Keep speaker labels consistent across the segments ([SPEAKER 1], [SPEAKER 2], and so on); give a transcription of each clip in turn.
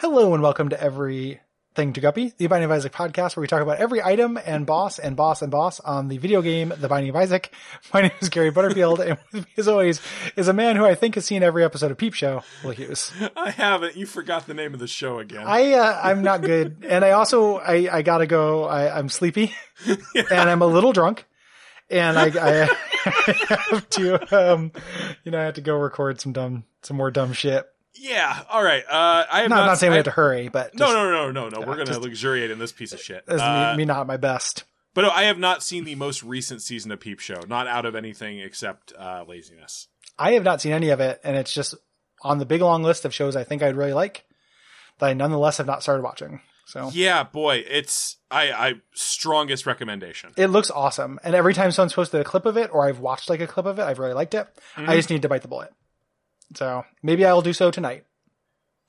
[SPEAKER 1] Hello and welcome to Everything to Guppy, the Binding of Isaac podcast where we talk about every item and boss and boss and boss on the video game The Binding of Isaac. My name is Gary Butterfield and with me as always is a man who I think has seen every episode of Peep Show, Will Hughes.
[SPEAKER 2] I haven't. You forgot the name of the show again.
[SPEAKER 1] I, uh, I'm not good. And I also, I, I gotta go, I, I'm sleepy and I'm a little drunk and I, I have to, um, you know, I have to go record some dumb, some more dumb shit.
[SPEAKER 2] yeah. All right. Uh, I am
[SPEAKER 1] Not,
[SPEAKER 2] not,
[SPEAKER 1] not, saying we
[SPEAKER 2] I-
[SPEAKER 1] have to hurry, but
[SPEAKER 2] No,
[SPEAKER 1] just-
[SPEAKER 2] no, no, no, no. We're gonna
[SPEAKER 1] just-
[SPEAKER 2] luxuriate in this piece of shit.
[SPEAKER 1] that's
[SPEAKER 2] Uh,
[SPEAKER 1] me, me not at my best.
[SPEAKER 2] but I have not seen the most recent season of Peep Show. Not out of anything except uh, laziness.
[SPEAKER 1] I have not seen any of it, and it's just on the big long list of shows I think I'd really like that I nonetheless have not started watching. So
[SPEAKER 2] Yeah, boy, it's I, I strongest recommendation.
[SPEAKER 1] it looks awesome, and every time someone's posted a clip of it or I've watched like a clip of it, I've really liked it.
[SPEAKER 2] Mm-hmm.
[SPEAKER 1] I just need to bite the bullet. So maybe I'll do so tonight.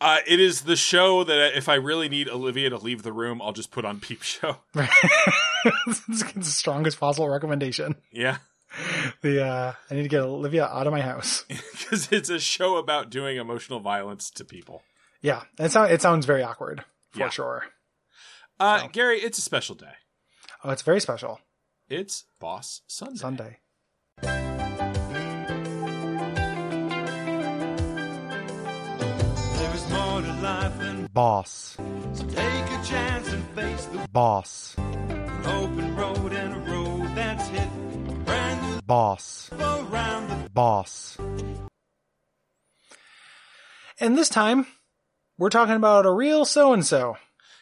[SPEAKER 2] Uh, it is the show that if I really need Olivia to leave the room, I'll just put on Peep Show.
[SPEAKER 1] it's the strongest possible recommendation.
[SPEAKER 2] Yeah,
[SPEAKER 1] The uh, I need to get Olivia out of my house.
[SPEAKER 2] because it's a show about doing emotional violence to people.
[SPEAKER 1] Yeah, it sounds it sounds very awkward for
[SPEAKER 2] Yeah.
[SPEAKER 1] sure.
[SPEAKER 2] Uh,
[SPEAKER 1] So.
[SPEAKER 2] Gary, it's a special day.
[SPEAKER 1] Oh, it's very special
[SPEAKER 2] It's Boss Sunday.
[SPEAKER 1] Sunday.
[SPEAKER 3] There is more to life than
[SPEAKER 4] Boss.
[SPEAKER 3] so take a chance and face the
[SPEAKER 4] Boss.
[SPEAKER 3] open road and a road that's hit. Brand new
[SPEAKER 4] Boss.
[SPEAKER 3] around the
[SPEAKER 4] Boss.
[SPEAKER 1] And this time, we're talking about a real so and so.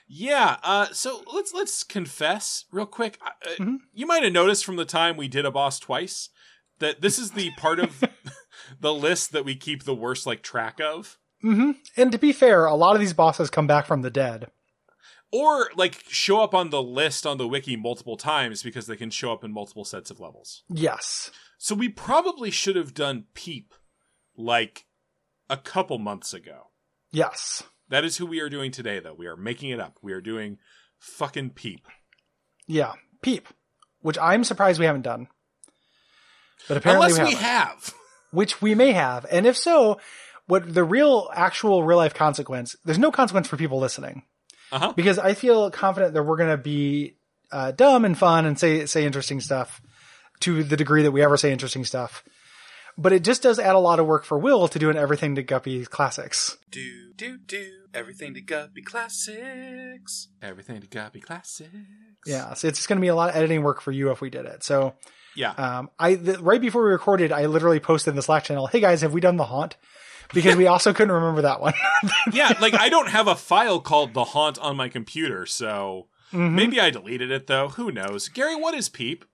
[SPEAKER 2] Yeah. Uh, so let's let's confess real quick. I- Uh,
[SPEAKER 1] Mhm.
[SPEAKER 2] You might have noticed from the time we did a boss twice that this is the part of the list that we keep the worst like track of,
[SPEAKER 1] hmm And to be fair, a lot of these bosses come back from the dead.
[SPEAKER 2] or like show up on the list on the wiki multiple times because they can show up in multiple sets of levels.
[SPEAKER 1] Yes.
[SPEAKER 2] So we probably should have done peep like a couple months ago.
[SPEAKER 1] Yes.
[SPEAKER 2] That is who we are doing today, though. We are making it up. We are doing fucking peep.
[SPEAKER 1] Yeah. Peep, which I'm surprised we haven't done. But apparently
[SPEAKER 2] Unless we
[SPEAKER 1] haven't.
[SPEAKER 2] have.
[SPEAKER 1] which we may have. And if so, what the real actual real life consequence, there's no consequence for people listening.
[SPEAKER 2] Uh-huh.
[SPEAKER 1] Because I feel confident that we're going to be uh, dumb and fun and say say interesting stuff to the degree that we ever say interesting stuff. But it just does add a lot of work for Will to do an everything to Guppy classics.
[SPEAKER 3] do do do everything to Guppy classics.
[SPEAKER 2] Everything to Guppy Classics.
[SPEAKER 1] Yeah, so it's just going to be a lot of editing work for you if we did it. So
[SPEAKER 2] Yeah.
[SPEAKER 1] Um, I th- right before we recorded, I literally posted in the Slack channel, "Hey guys, have we done the haunt?" Because we also couldn't remember that one.
[SPEAKER 2] yeah, like I don't have a file called The Haunt on my computer, so
[SPEAKER 1] Mm-hmm.
[SPEAKER 2] maybe I deleted it though. Who knows? Gary, what is Peep?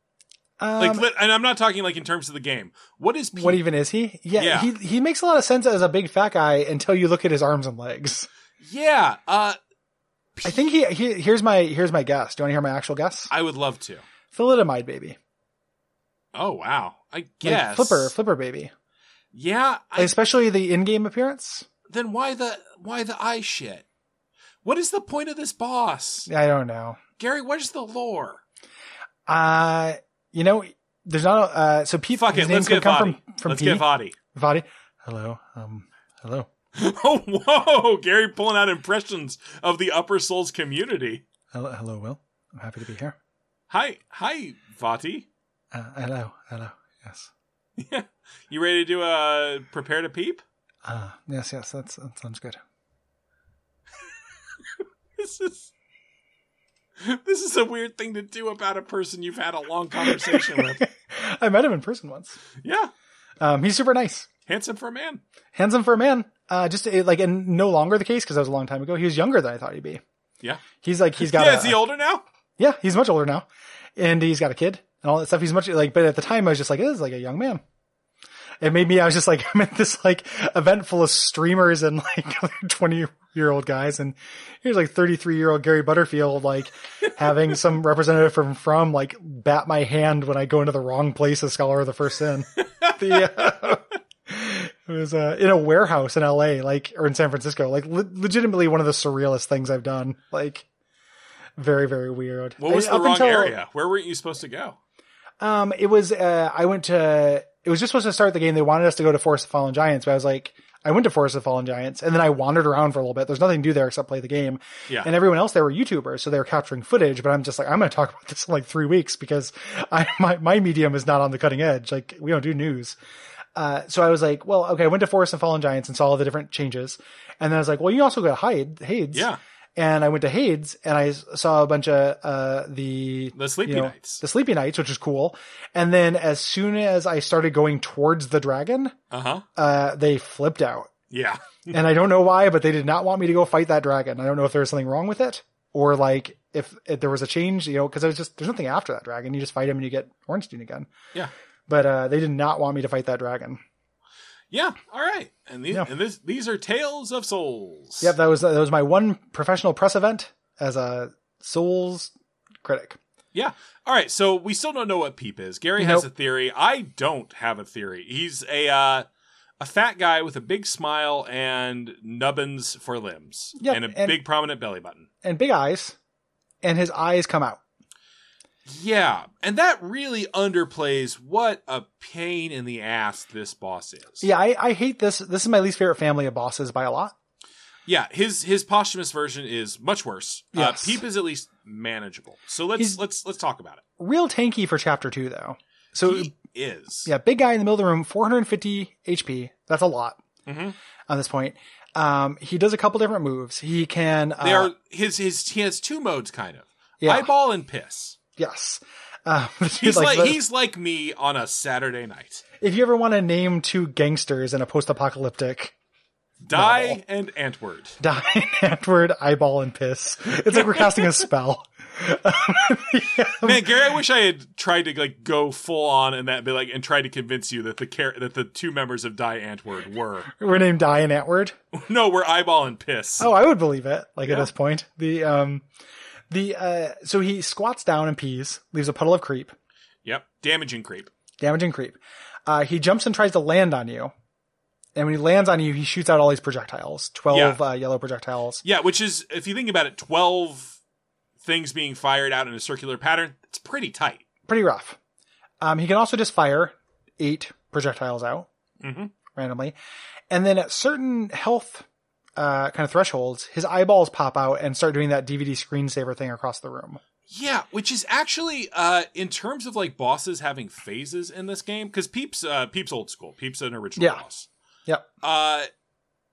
[SPEAKER 1] Um,
[SPEAKER 2] Like lit- and I'm not talking like in terms of the game. What is Peep?
[SPEAKER 1] what even is he? Yeah,
[SPEAKER 2] Yeah.
[SPEAKER 1] he he makes a lot of sense as a big fat guy until you look at his arms and legs.
[SPEAKER 2] yeah, uh
[SPEAKER 1] I think he, he here's my here's my guess. Do you want to hear my actual guess?
[SPEAKER 2] I would love to.
[SPEAKER 1] Thalidomide baby,
[SPEAKER 2] Oh wow. I
[SPEAKER 1] Like,
[SPEAKER 2] guess.
[SPEAKER 1] flipper flipper baby,
[SPEAKER 2] Yeah, I,
[SPEAKER 1] especially the in game appearance.
[SPEAKER 2] then why the why the eye shit? What is the point of this boss?
[SPEAKER 1] I don't know.
[SPEAKER 2] Gary, where's the lore?
[SPEAKER 1] Uh you know, there's not. A, uh, so Pete,
[SPEAKER 2] Fuck
[SPEAKER 1] his
[SPEAKER 2] it,
[SPEAKER 1] name
[SPEAKER 2] let's
[SPEAKER 1] could
[SPEAKER 2] get
[SPEAKER 1] come
[SPEAKER 2] Vadi.
[SPEAKER 1] from from
[SPEAKER 2] let's
[SPEAKER 1] P.
[SPEAKER 2] get Vadi.
[SPEAKER 1] Vadi. Hello, um, hello.
[SPEAKER 2] Oh, whoa! Gary pulling out impressions of the Upper Souls community.
[SPEAKER 1] Hello, hello, Will. I'm happy to be here.
[SPEAKER 2] Hi, hi, Vati.
[SPEAKER 1] Uh, hello, hello. Yes.
[SPEAKER 2] You ready to do a prepare to peep?
[SPEAKER 1] Uh, yes, yes. That's, that sounds good.
[SPEAKER 2] This is this is a weird thing to do about a person you've had a long conversation with.
[SPEAKER 1] I met him in person once.
[SPEAKER 2] Yeah,
[SPEAKER 1] Um, he's super nice,
[SPEAKER 2] handsome for a man.
[SPEAKER 1] handsome for a man. Uh, just uh, like, and no longer the case because that was a long time ago. He was younger than I thought he'd be.
[SPEAKER 2] Yeah,
[SPEAKER 1] He's like, he's got.
[SPEAKER 2] yeah.
[SPEAKER 1] a,
[SPEAKER 2] is he older now?
[SPEAKER 1] Yeah, he's much older now, and he's got a kid and all that stuff. He's much like, but at the time, I was just like, this is like a young man. It made me. I was just like, I'm at this like event full of streamers and like 20 year old guys, and here's like 33 year old Gary Butterfield, like having some representative from from like bat my hand when I go into the wrong place as scholar of the first sin. the, uh, it was uh, in a warehouse in L.A. like or in San Francisco, like le- legitimately one of the surrealist things I've done. Like very very weird.
[SPEAKER 2] What was
[SPEAKER 1] I-
[SPEAKER 2] the
[SPEAKER 1] up
[SPEAKER 2] wrong
[SPEAKER 1] until-
[SPEAKER 2] area? Where weren't you supposed to go?
[SPEAKER 1] um, it was uh, I went to. It was just supposed to start the game. They wanted us to go to Forest of Fallen Giants, but I was like, I went to Forest of Fallen Giants and then I wandered around for a little bit. There's nothing to do there except play the game.
[SPEAKER 2] Yeah.
[SPEAKER 1] And everyone else there were YouTubers, so they were capturing footage. But I'm just like, I'm going to talk about this in like three weeks because I, my my medium is not on the cutting edge. Like we don't do news. Uh, so I was like, well, okay. I went to Forest of Fallen Giants and saw all the different changes, and then I was like, well, you also got Hyde, Hades.
[SPEAKER 2] Yeah.
[SPEAKER 1] And I went to Hades and I s- saw a bunch of uh, the
[SPEAKER 2] The Sleepy
[SPEAKER 1] you know,
[SPEAKER 2] Nights.
[SPEAKER 1] the Sleepy Nights, which is cool. And then as soon as I started going towards the dragon,
[SPEAKER 2] Uh huh.
[SPEAKER 1] uh, they flipped out.
[SPEAKER 2] Yeah.
[SPEAKER 1] And I don't know why, but they did not want me to go fight that dragon. I don't know if there was something wrong with it or like if, if there was a change, you know, because I was just, there's nothing after that dragon. You just fight him and you get Ornstein again.
[SPEAKER 2] Yeah.
[SPEAKER 1] But uh, they did not want me to fight that dragon.
[SPEAKER 2] Yeah. All right. And these
[SPEAKER 1] Yeah.
[SPEAKER 2] and this these are tales of souls.
[SPEAKER 1] Yep, that was that was my one professional press event as a Souls critic.
[SPEAKER 2] Yeah. All right. So we still don't know what Peep is. Gary has a
[SPEAKER 1] Nope.
[SPEAKER 2] theory. I don't have a theory. He's a uh, a fat guy with a big smile and nubbins for limbs
[SPEAKER 1] Yep,
[SPEAKER 2] and a
[SPEAKER 1] and-
[SPEAKER 2] big prominent belly button.
[SPEAKER 1] And big eyes, and his eyes come out.
[SPEAKER 2] Yeah, and that really underplays what a pain in the ass this boss is.
[SPEAKER 1] Yeah, I, I hate this. This is my least favorite family of bosses by a lot.
[SPEAKER 2] yeah. His his posthumous version is much worse.
[SPEAKER 1] Yes.
[SPEAKER 2] Uh, Peep is at least manageable. So let's
[SPEAKER 1] He's-
[SPEAKER 2] let's let's talk about it.
[SPEAKER 1] Real tanky for chapter two though. So
[SPEAKER 2] he is.
[SPEAKER 1] yeah, big guy in the middle of the room, 450 HP. That's a lot
[SPEAKER 2] Mhm.
[SPEAKER 1] on this point. Um, he does a couple different moves. He can. Uh,
[SPEAKER 2] They are his his he has two modes kind of
[SPEAKER 1] Yeah.
[SPEAKER 2] eyeball and piss.
[SPEAKER 1] Yes. Um,
[SPEAKER 2] He's like,
[SPEAKER 1] the-
[SPEAKER 2] he's like me on a Saturday night.
[SPEAKER 1] if you ever want to name two gangsters in a post-apocalyptic
[SPEAKER 2] Die and Antword.
[SPEAKER 1] die antword eyeball and piss it's like we're casting a spell
[SPEAKER 2] Man, Gary, I wish I had tried to like go full on and that be like and try to convince you that the care that the two members of Die Antword were
[SPEAKER 1] we're named die and antword
[SPEAKER 2] no, we're eyeball and piss.
[SPEAKER 1] oh i would believe it like at
[SPEAKER 2] Yeah.
[SPEAKER 1] this point the um the uh so he squats down and pees leaves a puddle of creep
[SPEAKER 2] Yep, damaging creep.
[SPEAKER 1] damaging creep uh he jumps and tries to land on you and when he lands on you he shoots out all these projectiles 12 uh, yellow projectiles
[SPEAKER 2] Yeah, which is if you think about it, twelve things being fired out in a circular pattern. It's pretty tight.
[SPEAKER 1] pretty rough um he can also just fire eight projectiles out
[SPEAKER 2] Mm-hmm.
[SPEAKER 1] randomly. And then at certain health uh, kind of thresholds, his eyeballs pop out and start doing that DVD screensaver thing across the room.
[SPEAKER 2] Yeah, which is actually uh in terms of like bosses having phases in this game cuz Peeps uh Peeps old school, Peeps an original
[SPEAKER 1] Yeah.
[SPEAKER 2] boss.
[SPEAKER 1] Yep.
[SPEAKER 2] Uh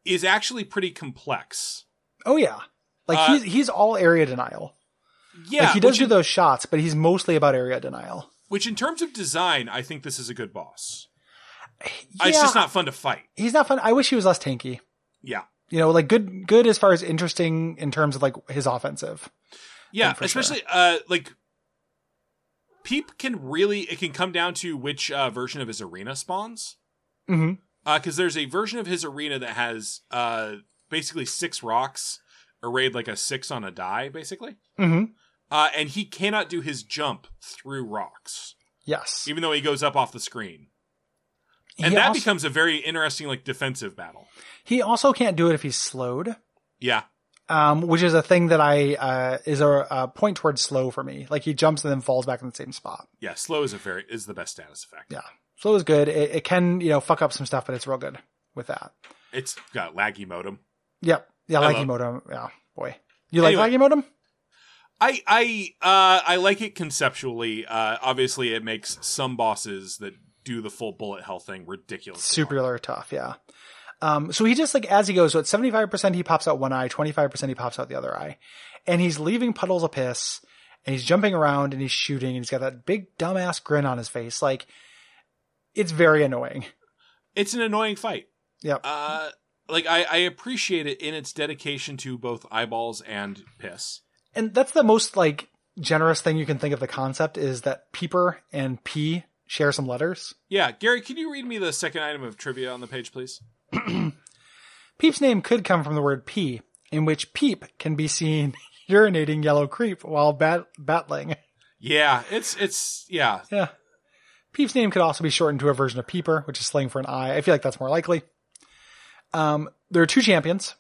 [SPEAKER 2] is actually pretty complex.
[SPEAKER 1] Oh yeah, like
[SPEAKER 2] Uh,
[SPEAKER 1] he's he's all area denial.
[SPEAKER 2] Yeah,
[SPEAKER 1] like he does
[SPEAKER 2] which,
[SPEAKER 1] do
[SPEAKER 2] in,
[SPEAKER 1] those shots, but he's mostly about area denial.
[SPEAKER 2] which in terms of design, I think this is a good boss.
[SPEAKER 1] Yeah,
[SPEAKER 2] Uh, It's just not fun to fight.
[SPEAKER 1] he's not fun. I wish he was less tanky.
[SPEAKER 2] Yeah.
[SPEAKER 1] You know, like good good as far as interesting in terms of like his offensive. Oh,
[SPEAKER 2] Yeah,
[SPEAKER 1] for sure.
[SPEAKER 2] especially uh like Peep can really it can come down to which uh, version of his arena spawns.
[SPEAKER 1] hmm
[SPEAKER 2] because there's a version of his arena that has uh, basically six rocks arrayed like a six on a die, basically.
[SPEAKER 1] hmm
[SPEAKER 2] Uh, and he cannot do his jump through rocks,
[SPEAKER 1] Yes,
[SPEAKER 2] even though he goes up off the screen. And
[SPEAKER 1] he
[SPEAKER 2] that
[SPEAKER 1] also,
[SPEAKER 2] becomes a very interesting, like defensive battle.
[SPEAKER 1] he also can't do it if he's slowed.
[SPEAKER 2] Yeah,
[SPEAKER 1] um, which is a thing that I uh, is a, a point towards slow for me. Like he jumps and then falls back in the same spot.
[SPEAKER 2] yeah. Slow is a very is the best status effect.
[SPEAKER 1] Yeah. Slow is good. It, it can you know fuck up some stuff, but it's real good with that.
[SPEAKER 2] It's got laggy modem.
[SPEAKER 1] Yep. Yeah,
[SPEAKER 2] I
[SPEAKER 1] laggy
[SPEAKER 2] love-
[SPEAKER 1] modem. Yeah, boy. You like
[SPEAKER 2] Anyway.
[SPEAKER 1] laggy modem?
[SPEAKER 2] I I uh, I like it conceptually. Uh, obviously, it makes some bosses that do the full bullet hell thing ridiculous.
[SPEAKER 1] Super tough. Yeah. Um, so he just like as he goes, so at seventy five percent he pops out one eye, twenty five percent he pops out the other eye, and he's leaving puddles of piss, and he's jumping around and he's shooting, and he's got that big dumbass grin on his face. Like, it's very annoying.
[SPEAKER 2] it's an annoying fight.
[SPEAKER 1] Yep.
[SPEAKER 2] Uh, like I, I appreciate it in its dedication to both eyeballs and piss.
[SPEAKER 1] and that's the most like generous thing you can think of the concept is that peeper and p share some letters
[SPEAKER 2] Yeah, Gary, can you read me the second item of trivia on the page, please?
[SPEAKER 1] peep's name could come from the word pee in which peep can be seen urinating yellow creep while bat- battling
[SPEAKER 2] Yeah, it's it's yeah.
[SPEAKER 1] yeah peep's name could also be shortened to a version of peeper which is slang for an eye i feel like that's more likely um there are two champions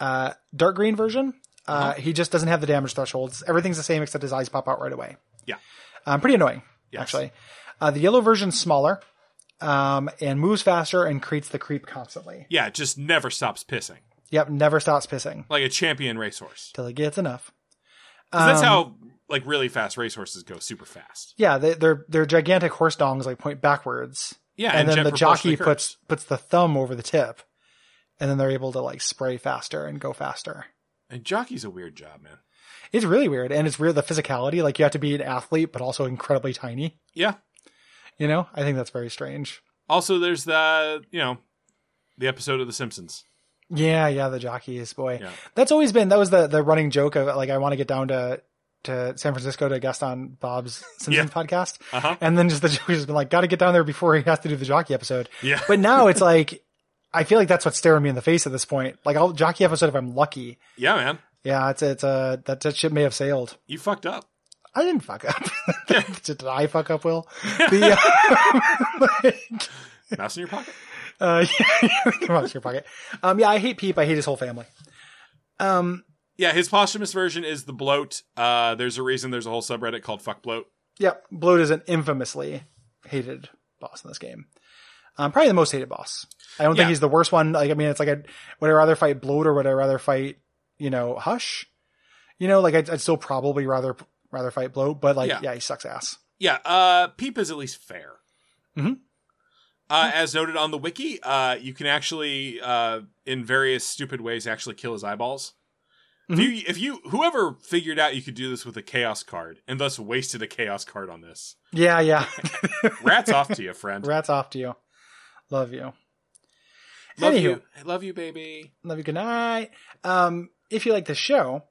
[SPEAKER 1] uh dark green version uh
[SPEAKER 2] Uh-huh.
[SPEAKER 1] he just doesn't have the damage thresholds everything's the same except his eyes pop out right away
[SPEAKER 2] Yeah.
[SPEAKER 1] um, pretty annoying
[SPEAKER 2] Yes.
[SPEAKER 1] actually. Uh, the yellow version's smaller. um, and moves faster and creates the creep constantly.
[SPEAKER 2] Yeah, it just never stops pissing
[SPEAKER 1] Yep, never stops pissing
[SPEAKER 2] like a champion racehorse.
[SPEAKER 1] till it gets enough.
[SPEAKER 2] 'Cause that's
[SPEAKER 1] Um,
[SPEAKER 2] how like really fast racehorses go super fast.
[SPEAKER 1] Yeah, they, they're they're gigantic horse dongs like point backwards,
[SPEAKER 2] Yeah,
[SPEAKER 1] and, then
[SPEAKER 2] jet
[SPEAKER 1] the
[SPEAKER 2] propulsion
[SPEAKER 1] jockey
[SPEAKER 2] occurs.
[SPEAKER 1] puts puts the thumb over the tip, and then they're able to like spray faster and go faster.
[SPEAKER 2] and jockey's a weird job, man.
[SPEAKER 1] It's really weird, and it's weird the physicality. Like you have to be an athlete, but also incredibly tiny.
[SPEAKER 2] Yeah.
[SPEAKER 1] You know, I think that's very strange.
[SPEAKER 2] Also, there's the you know the episode of The Simpsons.
[SPEAKER 1] Yeah, yeah, the jockeys, boy.
[SPEAKER 2] Yeah.
[SPEAKER 1] That's always been that was the the running joke of like I want to get down to to San Francisco to guest on Bob's Simpsons
[SPEAKER 2] Yeah.
[SPEAKER 1] podcast,
[SPEAKER 2] Uh huh.
[SPEAKER 1] and then just the joke has been like, got to get down there before he has to do the jockey episode.
[SPEAKER 2] Yeah.
[SPEAKER 1] But now it's like, I feel like that's what's staring me in the face at this point. Like I'll jockey episode if I'm lucky.
[SPEAKER 2] Yeah, man.
[SPEAKER 1] Yeah, it's it's uh that that ship may have sailed.
[SPEAKER 2] You fucked up.
[SPEAKER 1] I didn't fuck up. Did I fuck up, Will? The, uh, like,
[SPEAKER 2] Mouse in your pocket.
[SPEAKER 1] uh, yeah, come on, it's your pocket. Um, yeah, I hate Peep. I hate his whole family. Um,
[SPEAKER 2] Yeah, his posthumous version is the bloat. Uh, there's a reason there's a whole subreddit called Fuck Bloat.
[SPEAKER 1] Yep, Bloat is an infamously hated boss in this game. Um, probably the most hated boss. I don't
[SPEAKER 2] Yeah.
[SPEAKER 1] think he's the worst one. Like, I mean, it's like, I'd, would I rather fight Bloat or would I rather fight, you know, Hush? You know, like I'd, I'd still probably rather rather fight Bloat, but like,
[SPEAKER 2] Yeah.
[SPEAKER 1] yeah, he sucks ass.
[SPEAKER 2] Yeah, uh, Peep is at least fair.
[SPEAKER 1] Mhm.
[SPEAKER 2] Uh, as noted on the wiki, uh, you can actually, uh, in various stupid ways, actually kill his eyeballs. If,
[SPEAKER 1] Mhm.
[SPEAKER 2] you, if you, whoever figured out you could do this with a chaos card, and thus wasted a chaos card on this,
[SPEAKER 1] Yeah, yeah.
[SPEAKER 2] rats off to you, friend.
[SPEAKER 1] Rats off to you. Love you.
[SPEAKER 2] Love
[SPEAKER 1] Anywho.
[SPEAKER 2] you, I love you, baby.
[SPEAKER 1] Love you. Good night. Um, if you like the show,